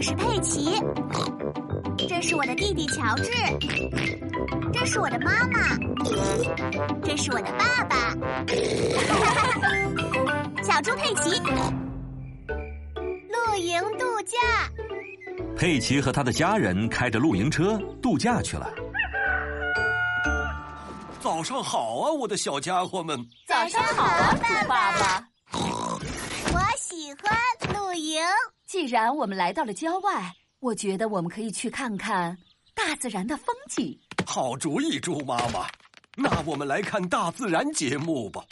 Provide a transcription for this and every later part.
是佩奇，这是我的弟弟乔治，这是我的妈妈，这是我的爸爸， 小猪佩奇，露营度假，佩奇和他的家人开着露营车度假去了。早上好啊，我的小家伙们！早上好啊，兔爸爸。我喜欢露营。既然我们来到了郊外，我觉得我们可以去看看大自然的风景。好主意，猪妈妈。那我们来看大自然节目吧，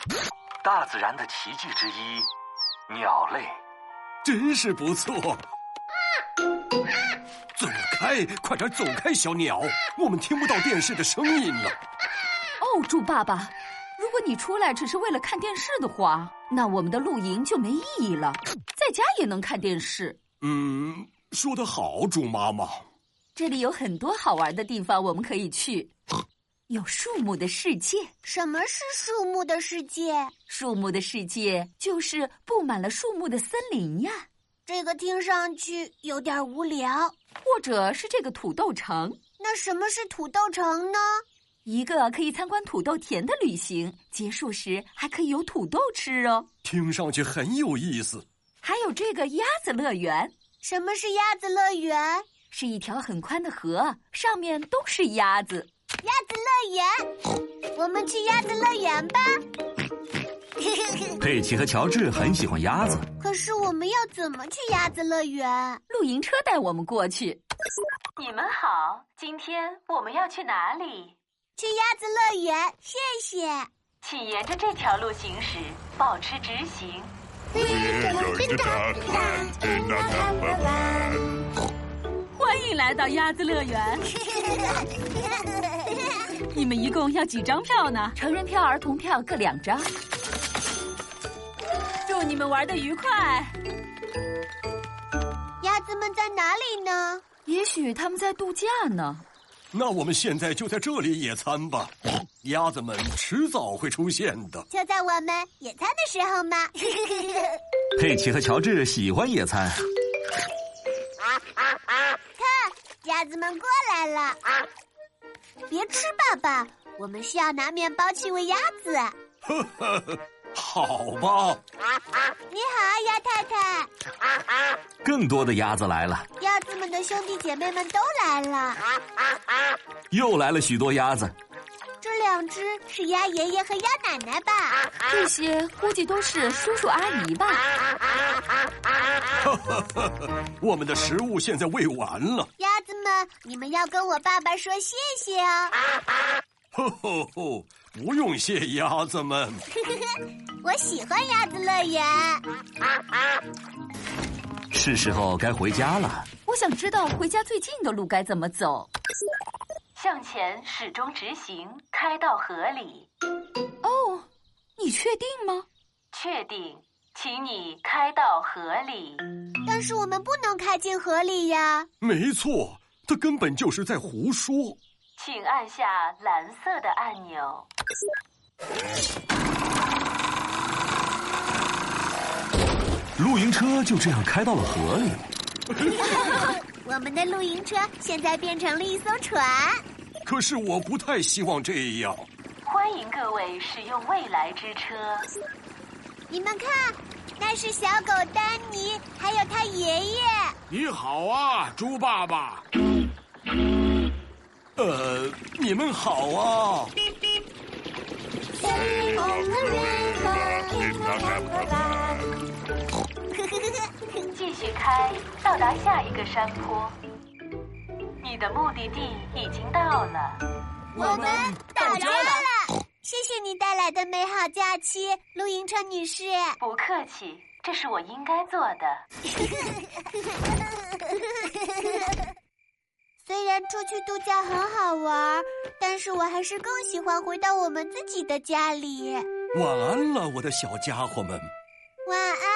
大自然的奇迹之一，鸟类。真是不错。走开，快点走开，小鸟，我们听不到电视的声音了。哦，猪爸爸，如果你出来只是为了看电视的话，那我们的露营就没意义了。在家也能看电视，嗯，说得好，猪妈妈。这里有很多好玩的地方，我们可以去。有树木的世界，什么是树木的世界？树木的世界就是布满了树木的森林呀，这个听上去有点无聊。或者是这个土豆城，那什么是土豆城呢？一个可以参观土豆田的旅行，结束时还可以有土豆吃哦。听上去很有意思。还有这个鸭子乐园，什么是鸭子乐园？鸭是一条很宽的河，上面都是鸭子。子乐园，我们去鸭子乐园吧。 佩奇和乔治很喜欢鸭子，可是我们要怎么去鸭子乐园？露营车带我们过去，你们好，今天我们要去哪里？去鸭子乐园，谢谢。请沿着这条路行驶，保持直行。欢迎来到鸭子乐园。你们一共要几张票呢？成人票、儿童票各两张。祝你们玩的愉快。鸭子们在哪里呢？也许他们在度假呢。那我们现在就在这里野餐吧，鸭子们迟早会出现的。就在我们野餐的时候吗？ 看，佩奇和乔治喜欢野餐。鸭子们过来了。啊别吃，爸爸，我们需要拿面包去喂鸭子。你好吧，好，鸭太太。更多的鸭子来了，鸭子们的兄弟姐妹们都来了。又来了许多鸭子。这两只是鸭爷爷和鸭奶奶吧？这些估计都是叔叔阿姨吧。我们的食物现在喂完了。鸭子们，你们要跟我爸爸说谢谢哦。吼吼吼！不用谢鸭子们。我喜欢鸭子乐园。是时候该回家了。我想知道回家最近的路该怎么走。向前始终直行，开到河里。哦，你确定吗？确定，请你开到河里。但是我们不能开进河里呀。没错，他根本就是在胡说。请按下蓝色的按钮。露营车就这样开到了河里。我们的露营车现在变成了一艘船。 可是我不太希望这样。欢迎各位使用未来之车。你们看，那是小狗丹尼，还有他爷爷。你好啊，猪爸爸。呃，你们好啊。 继续开，到达下一个山坡。你的目的地已经到了。我们到家了。谢谢你带来的美好假期，露营车女士。不客气，这是我应该做的。虽然出去度假很好玩儿，但是我还是更喜欢回到我们自己的家里。晚安了，我的小家伙们。晚安。